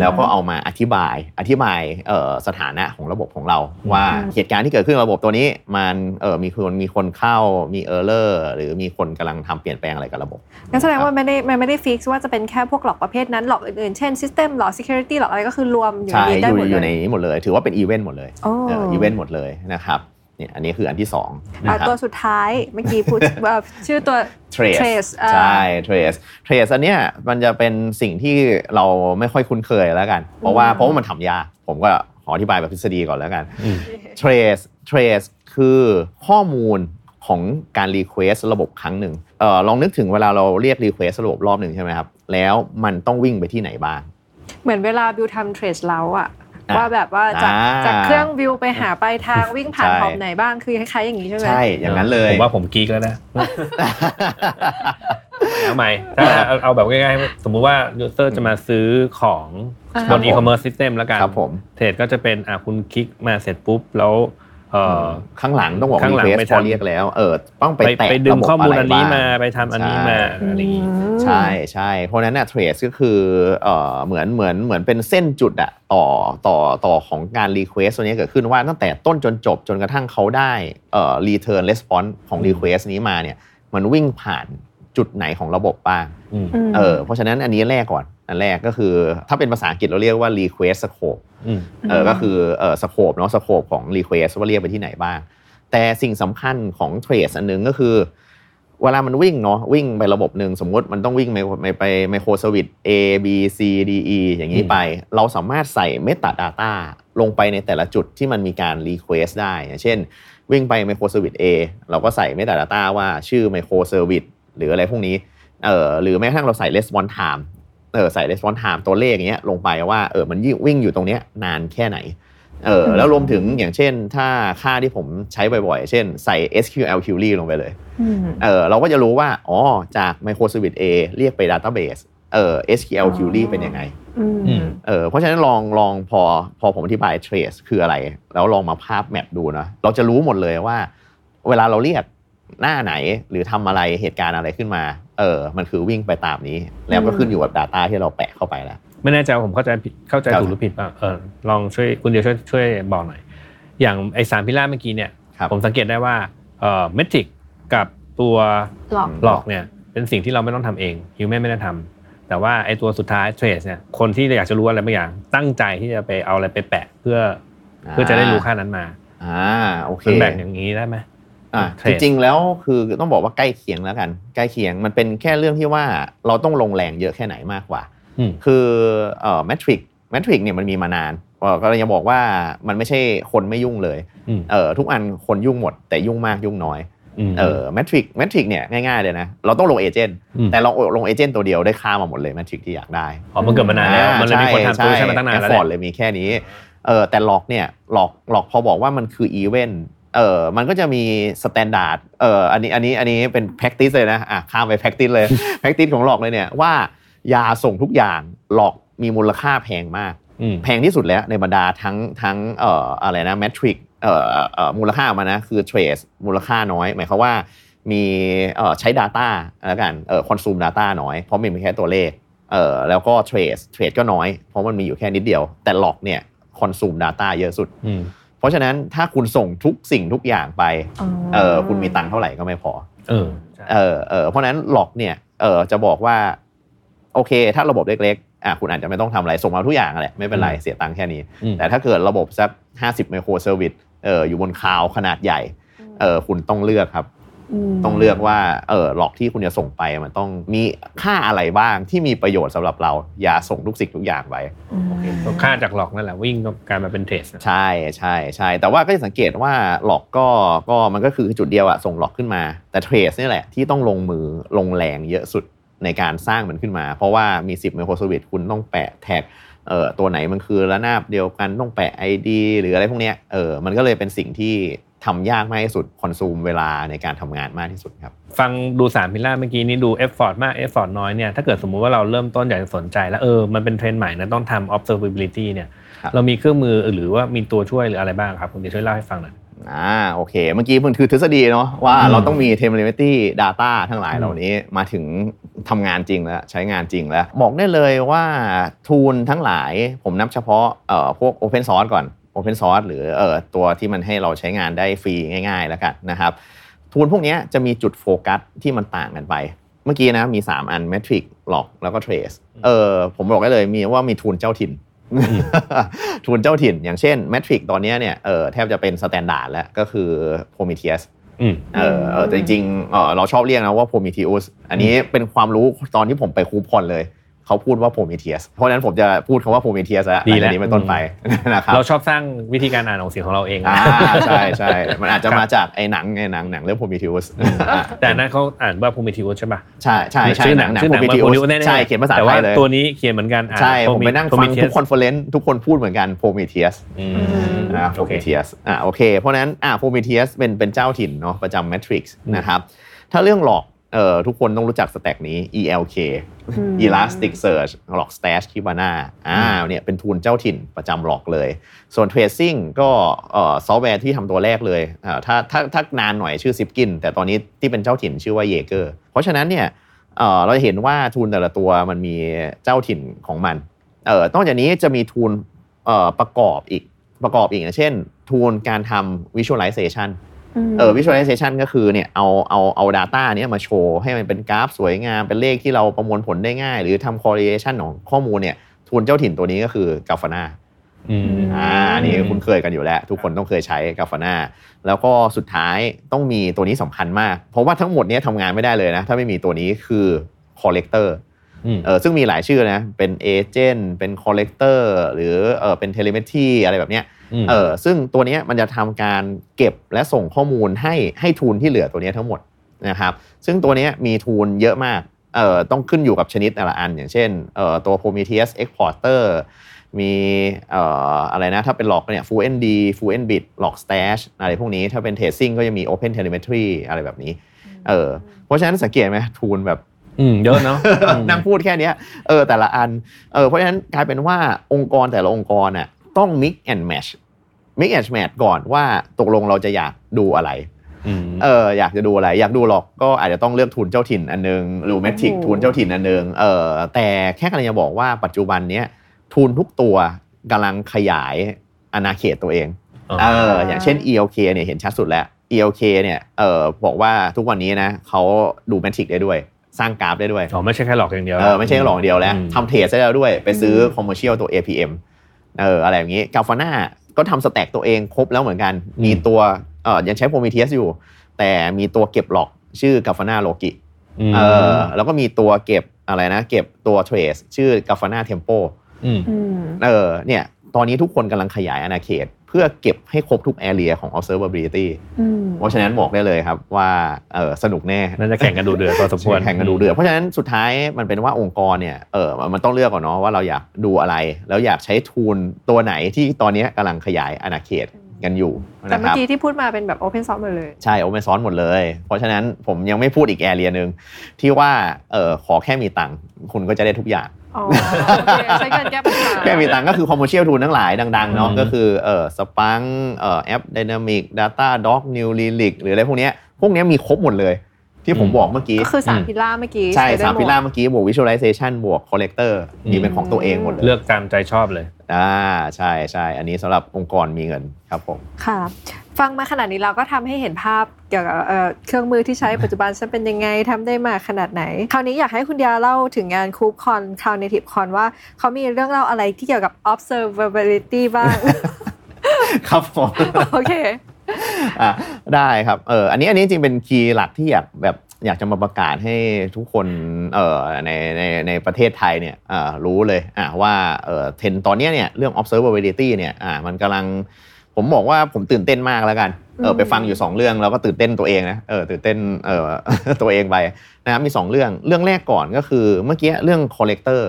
แล้วก็เอามาอธิบายอธิบายเอ่อสถานะของระบบของเรา ว่า
อืม
เหตุการณ์ที่เกิดขึ้นกับระบบตัวนี้มันเออมีคนมีคนเข้ามีเออร์เลอร์หรือมีคนกำลังทำเปลี่ยนแปลงอะไรกับระบบ
งั้นแสดงว่ามันไม่ได้มันไม่ได้ฟิกว่าจะเป็นแค่พวกหลอกประเภทนั้นหลอกอื่นๆ เช่น System หลอก Security หลอกอะไรก็คือรวมอยู่ใน
ใช่
นี้
อ
ได้
ยู่
หมด
อ
เล
ยู่ใน
ย
นี้หมดเลย ถือว่าเป็นอีเวนต์หมดเลย
โอ้
เอ่อีเวนต์หมดเลยนะครับเนี่ยอันนี้คืออันที่2
อ่ะ
นะครั
ตัว
บ
สุดท้ายเมื่อกี้ พูด ว่าชื่อตัว
trace
trace อ่า
ใช่ trace trace อันเนี้ยมันจะเป็นสิ่งที่เราไม่ค่อยคุ้นเคยแล้วกัน เพราะว่า
อืม
เพราะว่ามันทำยากผมก็ขออธิบายแบบทฤษฎีก่อนแล้วกัน
อืม
trace trace คือข้อมูลของการ request ระบบครั้งหนึ่งเออลองนึกถึงเวลาเราเรียก request ระบบรอบหนึ่งใช่ไหมครับแล้วมันต้องวิ่งไปที่ไหนบ้าง
เหมือนเวลาบิวทำเทรดแล้วอะ
อ่ะ
ว่าแบบว่าจาก
อ่า
จากเครื่องบิวไปหาปลายทางวิ่งผ่าน
ใช่
หอบไหนบ้างคือคล้ายๆอย่างนี้ใช่ไหม
ใช่อย่างนั้นเลย
ผ มว่าผมกรีกแล้วนะ เอาใหม่ถ้าเอาเอาแบบง่ายๆ สมมุติว่า user จะมาซื้อของ
อ่า
บน e-commerce system แล้วกัน
ครับผม
เทรดก็จะเป็นอ่ะคุณคลิกมาเสร็จปุ๊บแล้วเอ่อ
ข้างหลังต้องบอก
ข้างหลัง
request
ไป
พ
ทำ
อเรียกแล้วเออต้องไป
ไป
แตะ
ไปดึง
ระบบ
ข้อมูล
ะไร
อันนี้
บ้ง
มาไปทำอันนี้มา
อืม
อะไรอย่างงี้
ใช่ใช่เพราะฉะนั้นน่ะเทรสก็คือเอ่อเหมือนเหมือนเหมือนเป็นเส้นจุดอะต่อต่อต่อของการรีเควสตัวนี้เกิดขึ้นว่าตั้งแต่ต้นจนจบจนกระทั่งเขาได้เอ่อรีเทิร์นレスปอนของรีเควสนี้มาเนี่ยมันวิ่งผ่านจุดไหนของระบบบ้าง
อืม
เออเพราะฉะนั้นอันนี้แรกก่อน อันแรกก็คือถ้าเป็นภาษาอังกฤษเราเรียกว่า request scope
อืม
เออก็คือเออสโคปเนาะสโคปของ Request ว่าเรียกไปที่ไหนบ้าง แต่สิ่งสำคัญของ Trace อันหนึงก็คือ เวลามันวิ่งเนาะวิ่งไประบบหนึ่งสมมุติมันต้องวิ่งไปไปไมโครเซอร์วิส A B C D E อย่างนี้
อืม
ไป เราสามารถใส่ Metadata ลงไปในแต่ละจุดที่มันมีการ Request ได้อย่างเช่น วิ่งไปไมโครเซอร์วิส A เราก็ใส่ Metadata ว่าชื่อไมโครเซอร์วิสหรืออะไรพวกนี้เออหรือแม้กระทั่งเราใส่ Response Time เออใส่ response time ตัวเลขอย่างเงี้ยลงไปว่าเออมันยิ่งวิ่งอยู่ตรงเนี้ยนานแค่ไหนเออแล้วรวมถึงอย่างเช่น ถ้าค่าที่ผมใช้บ่อยๆ เช่นใส่ SQL query ลงไปเลย
ม
เออเราก็จะรู้ว่า อ๋อ จาก microservice A เรียกไป database เออ SQL query เป็นยังไง
อืม
อืม
เออเพราะฉะนั้นลองลองพอพอผมอธิบาย trace คืออะไร แล้วลองมาภาพแมปดูนะเราจะรู้หมดเลยว่า เวลาเราเรียกหน้าไหนหรือทำอะไรเหตุการณ์อะไรขึ้นมาเออมันคือวิ่งไปตามนี้ แล้วก็ขึ้นอยู่กับ Data ที่เราแปะเข้าไปแล้ว
ไม่แน่ใจว่าผมเข้าใจผิดเข้าใจถูกหรือผิดเปล่าเออลองช่วยคุณเดียวช่วยช่วยบอกหน่อย อย่างไอสามพิล่าเมื่อกี้เนี่ย
ครับ
ผมสังเกตได้ว่าเอ่อเมทริกกับตัว
หลอก
หลอกเนี่ยเป็นสิ่งที่เราไม่ต้องทำเองฮิวแมนไม่ได้ทำแต่ว่าไอตัวสุดท้ายเทรสเนี่ยคนที่อยากจะรู้อะไรบางอย่าง ตั้งใจที่จะไปเอาอะไรไปแปะเพื่อเพื่อจะได้รู้ค่านั้นมา
อ่าโอเค
เป็นแบ่งอย่างนี้ได้ไหม
อ่ะ
เทร
จ
ด
ริงๆแล้วคือต้องบอกว่าใกล้เคียงแล้วกัน ใกล้เคียงมันเป็นแค่เรื่องที่ว่าเราต้องลงแรงเยอะแค่ไหนมากกว่า
อืม
คือเอ่อแมทริกแมทริกเนี่ยมันมีมานานเอ่อก็เลยจะบอกว่ามันไม่ใช่คนไม่ยุ่งเลย
อืม
เออทุกอันคนยุ่งหมดแต่ยุ่งมากยุ่งน้อย
ม
เออแมทริกแมทริกเนี่ยง่ายๆเลยนะเราต้องลงเอเจนต์
อืม
แต่เราลงเอเจนต์ตัวเดียวได้ค่ามาหมดเลยแมทริกที่อยากได้
อ๋อมันเกิดมานานแล้ว
อ่
มันเลยมีคนทำโซลูชันมาตั้งนานแล้ว
ฟ
แห
อร์ด
ละ
เลยมีแค่นี้เออแต่หลอกเนี่ยหลอกหลอกพอบอกว่ามันคืออีเวนต์เออมันก็จะมีสแตนดาร์ดเอออันนี้อันนี้อันนี้เป็น practice เลยนะอ่ะข้ามไป practice เลย practice ของหลอกเลยเนี่ยว่าอย่าส่งทุกอย่างหลอกมีมูลค่าแพงมาก
อืม
แพงที่สุดแล้วในบรรดาทั้งทั้งเอ่ออะไรนะแมทริกเอ่อเอ่อมูลค่าออกมานะคือเทรสมูลค่าน้อย หมายความว่ามีเอ่อใช้ Data แล้วกันเอ่อคอนซูม Data น้อย เพราะมันมีแค่ตัวเลขเอ่อแล้วก็เทรสเทรดก็น้อย เพราะมันมีอยู่แค่นิดเดียว แต่หลอกเนี่ยคอนซูม Data เยอะสุด
อืม
เพราะฉะนั้นถ้าคุณส่งทุกสิ่งทุกอย่างไปเออคุณมีตังค์เท่าไหร่ก็ไม่พอ
เออ
เออเออเพราะฉะนั้นหลอกเนี่ยเออจะบอกว่า โอเค ถ้าระบบเล็กๆอ่ะคุณอาจจะไม่ต้องทำอะไรส่งมาทุกอย่างแหละไม่เป็นไรเสียตังค์แค่นี้
อืม
แต่ถ้าเกิดระบบสัก 50 ไมโครเซอร์วิสเอออยู่บนคลาวด์ขนาดใหญ่เออคุณต้องเลือกครับ ต้องเลือกว่าเออหลอกที่คุณจะส่งไปมันต้องมีค่าอะไรบ้างที่มีประโยชน์สำหรับเรา อย่าส่งทุกสิ่งทุกอย่างไป
ก็ค่าจากหลอกนั่นแหละวิ่งก็กลายมาเป็นเทรสนะ
ใช่ใช่ใช่แต่ว่าก็จะสังเกตว่าหลอกก็ก็มันก็คือจุดเดียวอะส่งหลอกขึ้นมา แต่เทรสนี่ยแหละที่ต้องลงมือลงแรงเยอะสุดในการสร้างมันขึ้นมา เพราะว่ามี 10 m i c r o s e r v i c e คุณต้องแปะแท็กเอ่อตัวไหนมันคือระนาบเดียวกันต้องแปะ ID หรืออะไรพวกเนี้ยเออมันก็เลยเป็นสิ่งที่ทำยากมากที่สุดคอนซูมเวลาในการทำงานมากที่สุดครับ
ฟังดูสามพิลล่าเมื่อกี้นี้ดูเอฟฟอร์ดมากเอฟฟอร์ดน้อยเนี่ยถ้าเกิดสมมุติว่าเราเริ่มต้นอยากจะสนใจแล้วเออมันเป็นเทรนด์ใหม่นะต้องทำ observability เนี่ย
ครับ
เรามีเครื่องมือหรือว่ามีตัวช่วยหรืออะไรบ้างครับคุณจะช่วยเล่าให้ฟังหน่อย
อ่าโอเค เมื่อกี้มันคือทฤษฎีเนาะว่า
อืม
เราต้องมี Telemetry Data ทั้งหลาย
อืม
เหล่านี้มาถึงทำงานจริงแล้ว ใช้งานจริงแล้ว บอกได้เลยว่าทูลทั้งหลายผมนับเฉพาะเอ่อพวก Open Source ก่อน Open Source หรือเอ่อตัวที่มันให้เราใช้งานได้ฟรีง่าย ๆ แล้วกันนะครับ ทูลพวกเนี้ยจะมีจุดโฟกัสที่มันต่างกันไป เมื่อกี้นะมี 3 อัน Metric หลอกแล้วก็ Trace เออผมบอกได้เลยมีว่ามีทูลเจ้าถิ่น ทุนเจ้าถิ่นอย่างเช่นแมทริกตอนเนี้ยเนี่ยเออแทบจะเป็นสแตนดาร์ดแล้วก็คือโพมิเทียส
อืม
เออเออแต่จริงๆเออเราชอบเรียกนะว่าโพมิเทียสอันนี้เป็นความรู้ตอนที่ผมไปคูพอนเลย เขาพูดว่าโพมิเทียสเพราะฉะนั้นผมจะพูดคำว่าโพมิเทียสแล้ว
ดีแล้
หงจา
ว
กนี้เป็นต้นไป นะครับ
เราชอบสร้างวิธีการอ่านของเสียงของเราเองนะ
อ่าใช่ใช่มันอาจจะมาจากไอ้หนังไอ้หนังหนังเรื่องโพมิเทียส
แต่อันนั้นเขาอ่านว่าพ o มิทิวใช่ป่ะ
ใช่ใช่ใช่
ชื่อหนังชื่อหนังว่า
โพ
Prometheus แน่ๆ
ใช่เขียนภาษา
แต่
ไท
ว่าย
เลย
ตัวนี้เขียนเหมือนกันอ่าน
ใช่ผมไปนั่งฟัง
Prometheus
ทุกคอนเฟอเรนซ์ทุกคนพูดเหมือนกันโพมิเทียส
อืม
อ่าโพ
โอเค
มิเทียสอ่าโอเค เพราะฉะนั้นอ่าโพมิเทียสเป็นเป็นเจ้าถิ่นเนาะประจำแมทริกซ์
อืม
นะครับ ถ้าเรื่องหลอกเอ่อทุกคนต้องรู้จักสแต็กนี้ ELK
อืม
Elasticsearch หลอก Stash Kibana อ่าเนี่ยเป็นทูลเจ้าถิ่นประจำหลอกเลย ส่วน Tracing ก็เอ่อซอฟต์แวร์ที่ทำตัวแรกเลยอ่าถ้าถ้าถ้านานหน่อยชื่อ Zipkin แต่ตอนนี้ที่เป็นเจ้าถิ่นชื่อว่า Jaeger เพราะฉะนั้นเนี่ยเอ่อเราจะเห็นว่าทูลแต่ละตัวมันมีเจ้าถิ่นของมันเอ่อนอกจากนี้จะมีทูลเอ่อประกอบอีกประกอบอีกอย่างเช่น ทูลการทำ Visualization เออ visualization ก็คือเนี่ยเอาเอาเอา data เนี้ยมาโชว์ให้มันเป็นกราฟสวยงาม เป็นเลขที่เราประมวลผลได้ง่าย หรือทำ correlation ของข้อมูลเนี่ยทุนเจ้าถิ่นตัวนี้ก็คือกาฟานา
อืม
อ่าอันนี่คุณเคยกันอยู่แล้ว ทุกคนต้องเคยใช้กาฟานาแล้วก็สุดท้ายต้องมีตัวนี้สำคัญมาก เพราะว่าทั้งหมดเนี้ยทำงานไม่ได้เลยนะ ถ้าไม่มีตัวนี้คือ collector
อืม
เออซึ่งมีหลายชื่อนะเป็น agent เป็น collector หรือเออเป็น telemetry อะไรแบบเนี้ย เออซึ่งตัวเนี้ยมันจะทำการเก็บและส่งข้อมูลให้ให้ทูลที่เหลือตัวเนี้ยทั้งหมดนะครับซึ่งตัวเนี้ยมีทูลเยอะมากเอ่อต้องขึ้นอยู่กับชนิดแต่ละอัน อย่างเช่นเอ่อตัว Prometheus Exporter มีเอ่ออะไรนะ ถ้าเป็นหลอกเนี่ย Full ND Full NBit หลอก Stash อะไรพวกนี้ถ้าเป็น Tracing ก็จะมี Open Telemetry อะไรแบบนี้เออเพราะฉะนั้นสังเกตไหมทูลแบบ
อืมเยอะเนาะอืม
นั่งพูดแค่เนี้ยเออแต่ละอันเออเพราะฉะนั้นกลายเป็นว่าองค์กรแต่ละองค์กรน่ะต้อง mix and match mix and match ก่อนว่าตกลงเราจะอยากดูอะไร
อืม
เอออยากจะดูอะไรอยากดูหรอกก็อาจจะต้องเลือกทุนเจ้าถิ่นอันหนึงหรือเมทริก
โอ้โห
ทุนเจ้าถิ่นอันหนึงเออแต่แค่กำลังจะบอกว่าปัจจุบันเนี้ยทุนทุกตัวกำลังขยายอาณาเขตตัวเอง
อ๋อ
เอออย่างเช่น ELK เนี่ยเห็นชัดสุดแล้ว ELK เนี่ยเออบอกว่าทุกวันนี้นะเขาดูเมทริกได้ด้วย สร้างกราฟได้ด้วย
อ๋อไม่ใช่แค่หลอกอย่างเดียว
เออไม่ใช่หลอกเดียวแล้ว
อืม
ทำเทรดได้แล้วด้วย ไปซื้ออ
ม
คอมเมอร์เชียลตัว APM เอออะไรอย่างนี้กาฟาน่าก็ทำสแต็กตัวเองครบแล้วเหมือนกัน มีตัวเออยังใช้โพมิเทียสอยู่ แต่มีตัวเก็บหลอกชื่อกาฟาน่าโลกิ
ม
เออแล้วก็มีตัวเก็บอะไรนะ เก็บตัวเทรสชื่อกาฟาน่าเทมโป
อืม
อืม
เออเนี่ยตอนนี้ทุกคนกำลังขยายอาณาเขต เพื่อเก็บให้ครบทุก area ของ observability
อืม
เพราะฉะนั้นบอกได้เลยครับว่าเออสนุกแน่
น่าจะแข่งกันดูเดือดพอสมควร
แข่งกันดูเดือดเพราะฉะนั้นสุดท้ายมันเป็นว่าองค์กรเนี่ยเออมันต้องเลือกก่อนเนาะว่าเราอยากดูอะไร แล้วอยากใช้ทุนตัวไหนที่ตอนนี้กำลังขยายอาณาเขตกันอยู่นะ
แต่
ค
เมื่อ
รับ
กี้ที่พูดมาเป็นแบบ Open Source หมดเลย
ใช่โอเ n นซ u อนหมดเลย เพราะฉะนั้นผมยังไม่พูดอีกแอเรียหนึ่งที่ว่าเออขอแค่มีตังค์คุณก็จะได้ทุกอย่าง
อ๋อโอเคใช้เงินแก้ปัญหา
แค่มีตังค์ก็คือคอมเมอร์เชียลทูนทั้งหลายดังๆเนาะ
อืม
ก็คือเออสปังเอ่อแอปดินามิกดัตต้าด็อกนิวลีลิกหรืออะไรพวกเนี้ยพวกเนี้ยมีครบหมดเลย ที่ผมบอกเมื่อกี้
ก็คือสามพิลล่าเมื่อกี้
ใช่
ได้
สาม
หด
พิล่าเมื่อกี้บวก visualization บวก collector
อืม
มีเป็นของตัวเองหมดเลย
เลือกตามใจชอบเลย
อ่าใช่ใช่อันนี้สำหรับองค์กรมีเงินครับผม
ค่ะฟังมาขนาดนี้เราก็ทำให้เห็นภาพเกี่ยวกับเอ่อเครื่องมือที่ใช้ปัจจุบันฉันเป็นยังไงทำได้มากขนาดไหน คราวนี้อยากให้คุณยาเล่าถึงงานคูปคอนคราวเนทีฟคอนว่าเขามีเรื่องเล่าอะไรที่เกี่ยวกับ observability บ้าง
ครับผม
โอเค
อ่ะได้ครับเอออันนี้อันนี้จริงเป็นคีย์หลักที่อยากแบบอยากจะมาประกาศให้ทุกคนเอ่อในในในประเทศไทยเนี่ยเอ่อรู้เลยอ่ะว่าเอ่อเทรนด์ตอนเนี้ยเนี่ยเรื่อง observability เนี่ยอ่ะมันกำลังผมบอกว่าผมตื่นเต้นมากแล้วกันเออไปฟังอยู่สองเรื่องแล้วก็ตื่นเต้นตัวเองนะเออตื่นเต้นเออ ตัวเองไป นะครับมี 2 เรื่องเรื่องแรกก่อนก็คือเมื่อกี้เรื่อง collector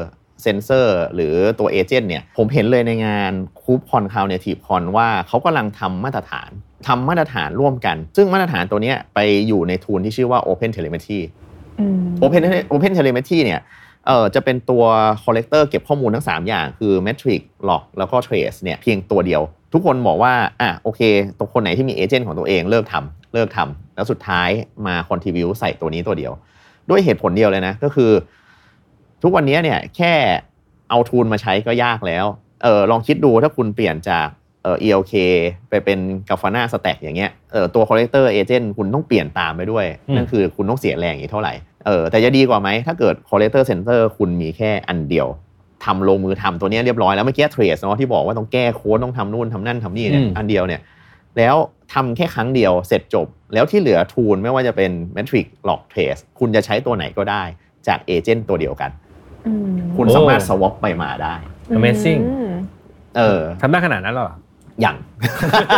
sensor หรือตัวเอเจนต์เนี่ยผมเห็นเลยในงานคูปคอนคาวเนทีฟคอนว่าเขากำลังทำมาตรฐานทำมาตรฐานร่วมกัน ซึ่งมาตรฐานตัวเนี้ยไปอยู่ในทูลที่ชื่อว่า Open Telemetry
อืม
Open Open Telemetry เนี่ยเออจะเป็นตัว collector เก็บข้อมูลทั้ง 3 อย่าง คือ metric log แล้วก็ trace เนี่ยเพียงตัวเดียว ทุกคนบอกว่าอ่ะโอเคตัวคนไหนที่มีเอเจนต์ของตัวเองเลิกทำเลิกทำแล้วสุดท้ายมา contribute ใส่ตัวนี้ตัวเดียว ด้วยเหตุผลเดียวเลยนะ ก็คือ ทุกวันนี้เนี่ยแค่เอาทูลมาใช้ก็ยากแล้วเออลองคิดดูถ้าคุณเปลี่ยนจากเออ ELK ไปเป็นกาฟาน่าสแต็กอย่างเงี้ยเออตัว collector agent คุณต้องเปลี่ยนตามไปด้วย
อืม
นั่นคือคุณต้องเสียแรงอีกเท่าไหร่เออแต่จะดีกว่าไหม ถ้าเกิด collector center คุณมีแค่อันเดียวทำลงมือทำตัวเนี้ยเรียบร้อยแล้วเมื่อกี้เทรสเนาะที่บอกว่าต้องแก้โค้ดต้องทำนู่นทำนั่นทำนี่เนี่ย
อืม
อันเดียวเนี่ย แล้วทำแค่ครั้งเดียวเสร็จจบ แล้วที่เหลือทูลไม่ว่าจะเป็นเมทริกหลอกเทรสคุณจะใช้ตัวไหนก็ได้จากเอเจนต์ตัวเดียวกัน
อืม
คุณสามารถสวอปไปมาได้
Amazing
อืม
เออ
ทำได้ขนาดนั้นเหรอ
อย่าง
รถ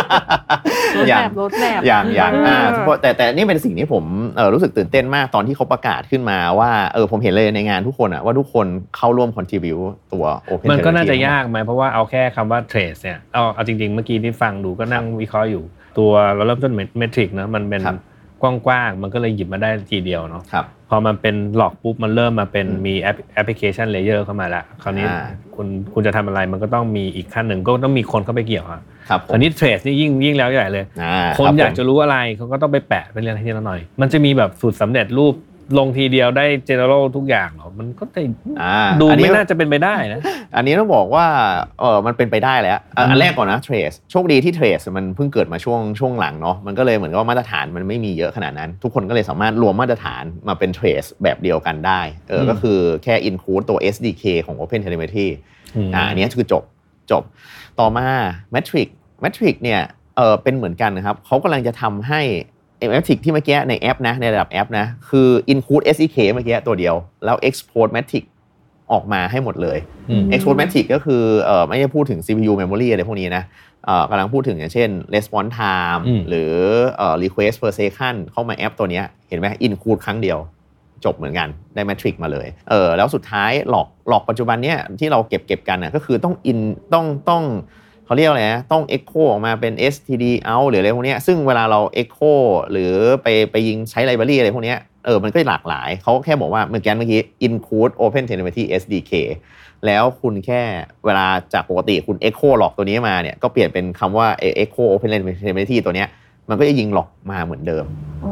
อ
แม
ย่าง
พรถแมพ
อย่างอย่างอ่า
เออ
เพราะแต่แต่นี่เป็นสิ่งที่ผมเออรู้สึกตื่นเต้นมากตอนที่เขาประกาศขึ้นมาว่าเออผมเห็นเลยในงานทุกคนอะว่าทุกคนเข้าร่วมคอนทิบิวตัว Open
มันก็น่าจะ
Alternative
ยากไหมเพราะว่าเอาแค่คำว่าเทรสเนี่ยเอาเอาจริงๆ เมื่อกี้ที่ฟังดูก็นั่งวิเคราะห์อยู่ ตัวเราเริ่มต้นเมทริกเนอะมันเป็น
ครับ
กว้างๆ มันก็เลยหยิบมาได้ทีเดียวเนาะ
ครับ
พอมันเป็นหลอกปุ๊บ มันเริ่มมาเป็น
อืม
มีแอปพลิเคชันเลเยอร์เข้ามาละคราวนี้
อ่า
คุณคุณจะทำอะไรมันก็ต้องมีอีกขั้นหนึ่งก็ต้องมีคนเข้าไปเกี่ยวอะ
ครับผม
คราวนี้เทรสนี่ยิ่งยิ่งแล้วใหญ่เลย
อ่า
คน
รับ
อยาก
ผม
จะรู้อะไรเขาก็ต้องไปแปะไปเรียนให้ทีละหน่อย มันจะมีแบบสูตรสำเร็จรูปลงทีเดียวได้เจเนอเรลทุกอย่างเหรอมันก็จะ
อ่า
ดู
อันนี้
ไม่น่าจะเป็นไปได้นะ
อันนี้ต้องบอกว่าเออมันเป็นไปได้แล้วอ่ะอันแรกก่อนนะเทรสโชคดีที่เทรสมันเพิ่งเกิดมาช่วงช่วงหลังเนาะมันก็เลยเหมือนกับว่ามาตรฐานมันไม่มีเยอะขนาดนั้น ทุกคนก็เลยสามารถรวมมาตรฐานมาเป็นเทรสแบบเดียวกันได้เออ
อืม
ก็คือแค่อินค d e ตัว SDK ของ Open Telemetry
ม
อ่าอันนี้คือจบจบต่อมา Matrix Matrix เนี่ยเออเป็นเหมือนกันนะครับเขากำลังจะทำให้แมทริกที่เมื่อกี้ในแอปนะในระดับแอปนะคือ include SDK เมื่อกี้ตัวเดียวแล้ว export Matrix ออกมาให้หมดเลย
อืม
e x p o r t m a t i c ก็คือเอ่อไม่ได้พูดถึง CPU memory อะไรพวกนี้นะเอ่อกำลังพูดถึงอย่างเช่น response time
อืม
หรือเอ่อ request per second เข้ามาแอปตัวเนี้ยเห็นไหม include ครั้งเดียว จบเหมือนกันได้แมทริกมาเลยเออแล้วสุดท้ายหลอกหลอกปัจจุบันเนี้ยที่เราเก็บเก็บกันน่ะก็คือต้องอินต้องต้องเขาเรียกอะไรนะต้อง Echo ออกมาเป็น std out หรืออะไรพวกเนี้ยซึ่งเวลาเรา Echo หรือไปไปยิงใช้ไลบรารีอะไรพวกเนี้ยเออมันก็หลากหลายเขาแค่บอกว่าเมื่อกี้เมื่อกี้ include open telemetry sdk แล้วคุณแค่เวลาจากปกติคุณ Echo หลอกตัวนี้มาเนี่ยก็เปลี่ยนเป็นคำว่าเอ่อ Echo Open Telemetry ตัวเนี้ย มันก็จะยิงหลอกมาเหมือนเดิม
โอ้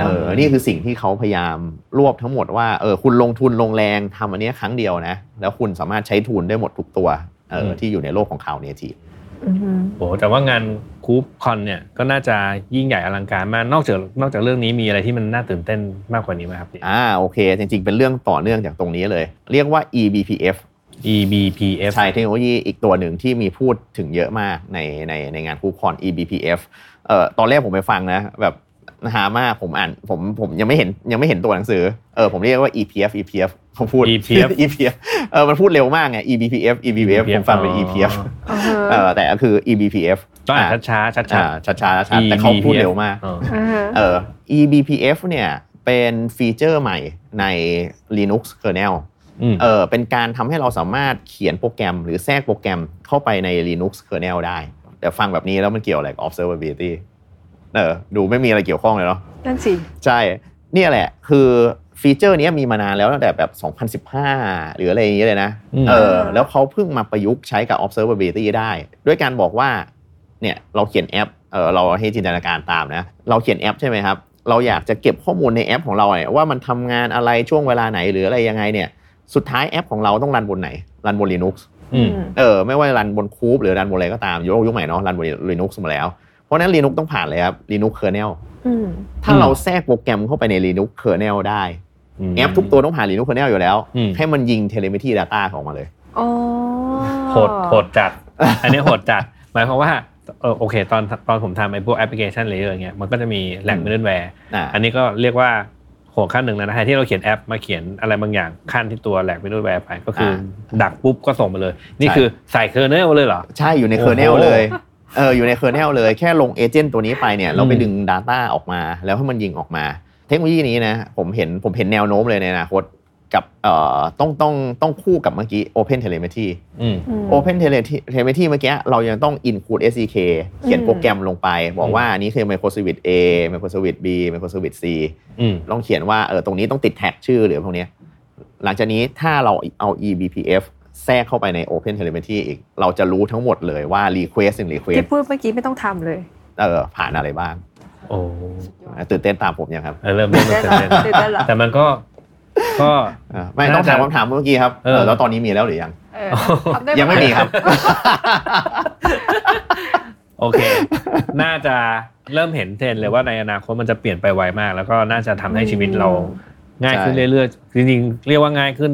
เออ นี่คือสิ่งที่เขาพยายามรวบทั้งหมดว่า เออ คุณลงทุนลงแรงทำอันเนี้ยครั้งเดียวนะ แล้วคุณสามารถใช้ทุนได้หมดทุกตัว เออ
อืม
ที่อยู่ในโลกของข่าวเนทีฟ
โอ้โหแต่ว่างานคูปคอนเนี่ยก็น่าจะยิ่งใหญ่อลังการมากนอกจากนอกจากเรื่องนี้มีอะไรที่มันน่าตื่นเต้นมากกว่านี้ไหมครับพี่
อ่า โอเค จริง ๆ เป็นเรื่องต่อเนื่องจากตรงนี้เลย เรียกว่า eBPF
EBPF
ใช้เทคโนโลยีอีกตัวหนึ่งที่มีพูดถึงเยอะมากในในในงานคูปคอน eBPF เอ่อตอนแรกผมไปฟังนะแบบหามากผมอ่านผมผมยังไม่เห็นยังไม่เห็นตัวหนังสือเออผมเรียกว่า EPF EPF ผมพูด
EPF
EPF เออมันพูดเร็วมากไง EBPF EBPF ผมฟังเป็น EPF เออแต่ก็คือ EBPF
ต้องอ่านช้าๆชัดๆ
อ่าช้าๆช้าๆแต่เขาพูดเร็วมาก
เออ
เออ eBPF เนี่ยเป็นฟีเจอร์ใหม่ใน Linux kernel
อืม
เออเป็นการทำให้เราสามารถเขียนโปรแกรมหรือแทรกโปรแกรมเข้าไปใน Linux kernel ได้ แต่ฟังแบบนี้แล้วมันเกี่ยวอะไรกับ observability เออดูไม่มีอะไรเกี่ยวข้องเลยเนาะ
นั่นสิ
ใช่ เนี่ยแหละ คือฟีเจอร์เนี้ยมีมานานแล้วตั้งแต่แบบ 2015 หรืออะไรอย่างเงี้ยเลยนะ
ม
เออ แล้วเขาเพิ่งมาประยุกต์ใช้กับ observability ได้ ด้วยการบอกว่า เนี่ยเราเขียนแอป เออเราให้จินตนาการตามนะ เราเขียนแอปใช่ไหมครับ เราอยากจะเก็บข้อมูลในแอปของเราเนี่ยว่ามันทำงานอะไรช่วงเวลาไหนหรืออะไรยังไงเนี่ย สุดท้ายแอปของเราต้องรันบนไหน รันบน Linux
อืม
เออไม่ว่ารันบนคูปหรือรันบนอะไรก็ตามยุคยุคใหม่เนาะรันบน Linux หมาแล้ว เพราะฉะนั้น Linux ต้องผ่านเลยครับ Linux kernel
อืม
ถ้า
อืม
เราแทรกโปรแกรมเข้าไปใน Linux kernel ได้
ม
แอปทุกตัวต้องผ่าน Linux kernel อยู่แล้ว
อืม
ให้มันยิง telemetry data ออกมาเลย
โอ้
โหดโหดจัด อันนี้โหดจัด หมายความว่าเออโอเค ตอนตอนผมทำไอ้พวกแอปพลิเคชันเลเยอร์เงี้ยมันก็จะมีแหล่ง
อืม
มิดเดิลแวร์
อ่า
อันนี้ก็เรียกว่าโหดขั้นหนึ่งนะนะแทนที่เราเขียนแอปมาเขียนอะไรบางอย่างขั้นที่ตัวแหล่งมิดเดิลแวร์ไปก็คืออา ดักปุ๊บก็ส่งมาเลย นี่คือใส่เคอร์เนลเลยเหรอ
ใช่อยู่ใน
โอ้โห
kernel เลยเอออยู่ใน kernel เลยแค่ลงเอเจนต์ตัวนี้ไปเนี่ยเราไป
อืม
ดึง data ออกมา แล้วให้มันยิงออกมา เทคโนโลยีนี้นะผมเห็นผมเห็นแนวโน้มเลยในอนาคตกับเอ่อต้องต้องต้องคู่กับเมื่อกี้ Open Telemetry
อืม
ม
Open Telemetry เมื่อกี้เรายังต้อง include SDK เขียนโปรแกรมลงไป บอกว่าอันนี้คือ microservice A microservice B microservice C
อืม
ต้องเขียนว่าเออตรงนี้ต้องติดแท็กชื่อหรือพวกเนี้ยหลังจากนี้ถ้าเราเอา eBPF แทรกเข้าไปใน Open Telemetry อีก เราจะรู้ทั้งหมดเลยว่า Request หนึ่ง
ที่
Request
พูดเมื่อกี้ไม่ต้องทำเลย
เออผ่านอะไรบ้าง
โอ้
ตื่นเต้นตามผมยังครับ
เออเริ่มเริ่ม
ได้
เริ่ม
เหรอ
เริ่มเริ่ม
ตื่นเต้นเหรอ
แต่มันก็ก็
อ่าไม่ต้องถามคำถามเมื่อกี้ครับ
เออ
เออแล้วตอนนี้มีแล้วหรือยัง
เออทำด้ห
ยังไม่มีครับ
โอเค น่าจะเริ่มเห็นเทรนด์เลยว่าในอนาคตมันจะเปลี่ยนไปไวมาก แล้วก็น่าจะทำให้ชีวิตเราง่ายขึ้น
ใช่
เรื่อยๆ จริงๆ เรียกว่าง่ายขึ้น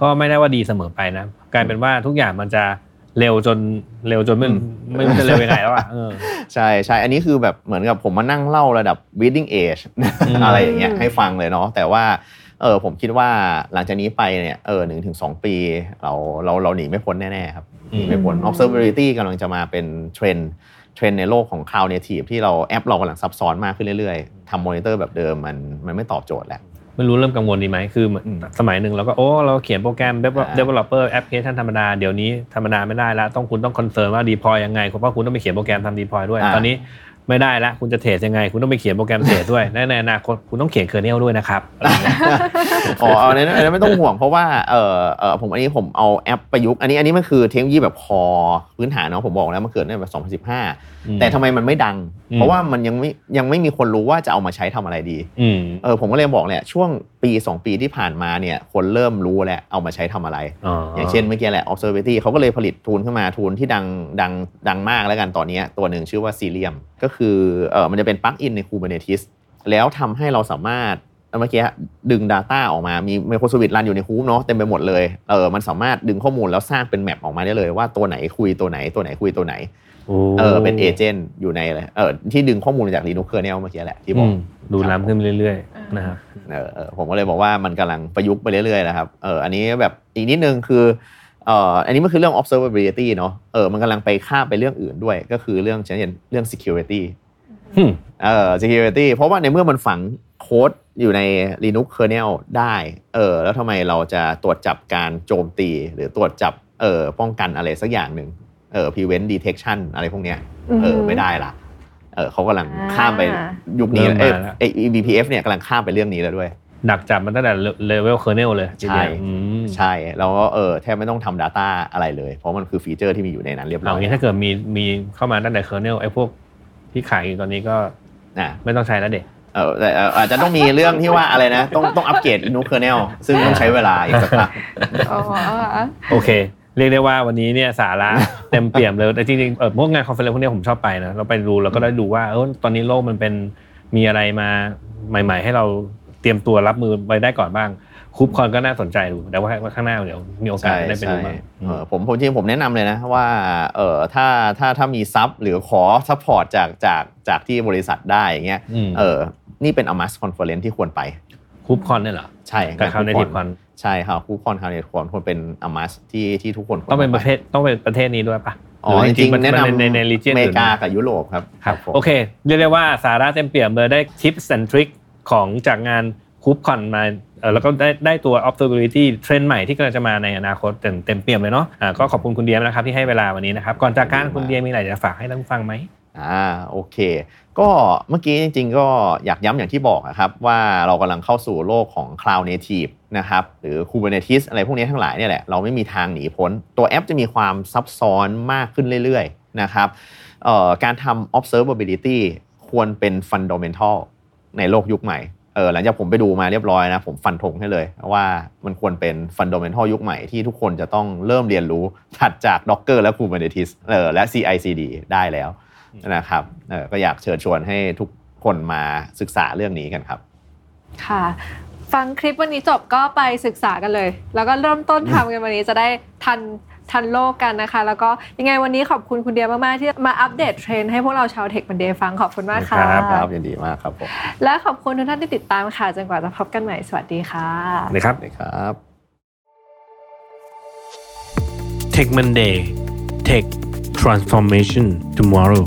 ก็ไม่ได้ว่าดีเสมอไปนะ กลายเป็นว่าทุกอย่างมันจะเร็วจนเร็วจนไม่ไม่รู้จะเร็วยังไงแล้วอ่ะเออ
ใช่ใช่ อันนี้คือแบบเหมือนกับผมมานั่งเล่าระดับ reading age
อืม
อะไรอย่างเงี้ยให้ฟังเลยเนาะแต่ว่าเออผมคิดว่าหลังจากนี้ไปเนี่ยเออหนึ่งถึงสองปี เราเราเราหนีไม่พ้นแน่ๆครับหนีไม่พ้น observability กำลังจะมาเป็นเทรนด์เทรนด์ในโลกของ cloud native ที่เราแอปเรากำลังซับซ้อนมากขึ้นเรื่อยๆทำ monitor แบบเดิมมันมันไม่ตอบโจทย์แล้ว
ไม่รู้เริ่มกังวลดีไหมคือเหมือน
อืม
สมัยหนึ่งเราก็โอ้เราเขียนโปรแกรม develop-
อ่า
developer application ธรรมดา เดี๋ยวนี้ธรรมดาไม่ได้ละต้องคุณต้องคอนเซิร์นว่า deploy ยังไงเพราะคุณต้องไปเขียนโปรแกรมทำ deploy ด้วย
อ่า
ตอนนี้ไม่ได้ละคุณจะเทรดยังไง คุณต้องไปเขียนโปรแกรมเทรดด้วย และในอนาคตคุณต้องเขียนเคอร์เนลด้วยนะครับอะไรอย่างเงี้ย
อ๋ออันนั้นอันนั้นไม่ต้องห่วงเพราะว่าเออเออผมอันนี้ผมเอาแอปประยุกต์อันนี้อันนี้มันคือเทคโนโลยีแบบคอพื้นฐานเนาะผมบอกแล้วมันเกิดในแบบ2015 แต่ทำไมมันไม่ดัง
อืม
เพราะว่ามันยังไม่ยังไม่มีคนรู้ว่าจะเอามาใช้ทำอะไรดี
อืม
เออผมก็เลยบอกเนี่ยช่วงปี 2 ปีที่ผ่านมาเนี่ยคนเริ่มรู้แล้วเอามาใช้ทำอะไร
อ๋อ
อย่างเช่นเมื่อกี้แหละ observability เขาก็เลยผลิตทูลขึ้นมาทูลที่ดังดังดังมากแล้วกันตอนเนี้ยตัวหนึ่งชื่อว่า Cilium ก็คือเออมันจะเป็นปลั๊กอินใน Kubernetes แล้วทำให้เราสามารถเมื่อกี้ดึง Data ออกมา มี Microsoft รันอยู่ในคูปเนาะเต็มไปหมดเลยเออมันสามารถดึงข้อมูลแล้วสร้างเป็นแมปออกมาได้เลยว่าตัวไหนคุยตัวไหนตัวไหนคุยตัวไหน
โอ้
เออเป็นเอเจนต์อยู่ในอะไรเออที่ดึงข้อมูลมาจาก Linux kernel เมื่อกี้แหละที่บอก
มดูล้ำขึ้นเรื่อยๆนะครับ
เออเออผมก็เลยบอกว่ามันกำลังประยุกต์ไปเรื่อยๆนะครับเอออันนี้แบบอีกนิดนึงคือเอ่ออันนี้มันคือเรื่อง observability เนาะเออมันกำลังไปข้ามไปเรื่องอื่นด้วย ก็คือเรื่องเช่นเรื่อง security
อืม
เอ่อ security เพราะว่าในเมื่อมันฝังโค้ดอยู่ใน Linux kernel ได้เออแล้วทำไมเราจะตรวจจับการโจมตี หรือตรวจจับเออป้องกันอะไรสักอย่างหนึ่งเออ prevent detection อะไรพวกเนี้ย เออไม่ได้ละเออเขากำลังข้ามไป
อ่า
ยุคนี้เอ้ยไอ้ EBPF เนี่ยกำลังข้ามไปเรื่องนี้แล้วด้วย
ดักจับมันตั้งแต่เลเวลเคอร์เนลเลยทีเดียว
ใช่
อืม
ใช่ แล้วก็เออแทบไม่ต้องทำ Data อะไรเลย เพราะมันคือฟีเจอร์ที่มีอยู่ในนั้นเรียบร้
เอา
อย
งี้ถ้าเกิดมีมีเข้ามาด้านในเคอร์เนลไอ้พวก ที่ขายอยู่ตอนนี้ก็
อ่ะ
ไม่ต้องใช้แล้วเด็ก
เออแต่เอ่ออาจจะต้องมีเรื่องที่ว่าอะไรนะ ต้องต้องอัปเกรดอินูเคอร์เนลซึ่งต้องใช้เวลาอีกสักพัก
อ๋ออ่ะ
โอเค เรียกได้ว่าวันนี้เนี่ยสาระ เต็มเปี่ยมเลยแต่จริงๆเออพวกงานคอนเฟอเรนซ์พวกเนี้ยผมชอบไปนะเราไปดูเราก็ได้ดูว่าเออตอนนี้โลกมันเป็นมีอะไรมาใหม่ ๆ ให้เราเตรียมตัวรับมือไปได้ก่อนบ้างคูปคอนก็น่าสนใจดูแต่ว่าข้างหน้าเดี๋ยวมีโอกาส
ใช่
ได้ไป
ใช่
ดูบ้าง
เออผมผมจริงๆผมแนะนำเลยนะว่าเออถ้าถ้าถ้ามีซับหรือขอซัพพอร์ตจากจากจากที่บริษัทได้อย่างเงี้ย
ม
เออนี่เป็นอ m มัสคอนเฟอเรนซ์ที่ควรไป
คูปคอนเนี่ยเหรอ
ใช่
กับคาวเนทีฟคอน
ใช่ครับคูปคอนคาวเนทีฟคอนควรเป็นอ m มัสที่ที่ทุกคนคว
ต้องเป็นประเทศต้องเป็นประเทศนี้ด้วยปะ
อ๋อ
ห
จริง
มั
ๆแนะนำ
มัในในรีเจียน
อเม
อื่
ริ
น
กา
นะ
กับยุโรปครับ
ครับ
ผม
โอเค เรียกได้ว่าสาระเต็มเปี่ยมเลยได้ทิปส์แอนทริคของจากงานคูปคอนมาเออแล้วก็ได้ได้ตัว observability เทรนด์ใหม่ที่กำลังจะมาในอนาคตเต็มเต็มเปี่ยมเลยเนาะอ่าก็ขอบคุณคุณเดียมนะครับที่ให้เวลาวันนี้นะครับก่อนจากการคุณเดียมีอะไรจะฝากให้ท่านผู้ฟังไหม
อ่าโอเค ก็เมื่อกี้จริงๆ ก็อยากย้ำอย่างที่บอกนะครับว่าเรากำลังเข้าสู่โลกของ Cloud Native นะครับหรือ Kubernetes อะไรพวกนี้ทั้งหลายเนี่ยแหละเราไม่มีทางหนีพ้น ตัวแอปจะมีความซับซ้อนมากขึ้นเรื่อยๆนะครับเอ่อการทำ observability ควรเป็น fundamental ในโลกยุคใหม่เออหลังจากผมไปดูมาเรียบร้อยนะ ผมฟันธงให้เลยว่ามันควรเป็นฟันด m เ n นทัลยุคใหม่ที่ทุกคนจะต้องเริ่มเรียนรู้ถัดจาก Docker และ Kubernetes เออและ CI/CD ได้แล้ว นะครับเออก็อยากเชิญชวนให้ทุกคนมาศึกษาเรื่องนี้กันครับ
ค่ะ ฟังคลิปวันนี้จบก็ไปศึกษากันเลย แล้วก็เริ่มต้นทำกันวันนี้จะได้ทันทันโลกกันนะคะ แล้วก็ยังไงวันนี้ขอบคุณคุณเดียมากๆที่มาอัปเดตเทรนด์ให้พวกเราชาวเทคบันเดย์ฟังขอบคุณมากค่ะ
ครับ
ครับยินดีมากครับผม
และขอบคุณทุกท่านที่ติดตามค่ะจนกว่าจะพบกันใหม่สวัสดีค่ะ
นะครับ
สวัสดีครับ
Tech Monday Tech Transformation Tomorrow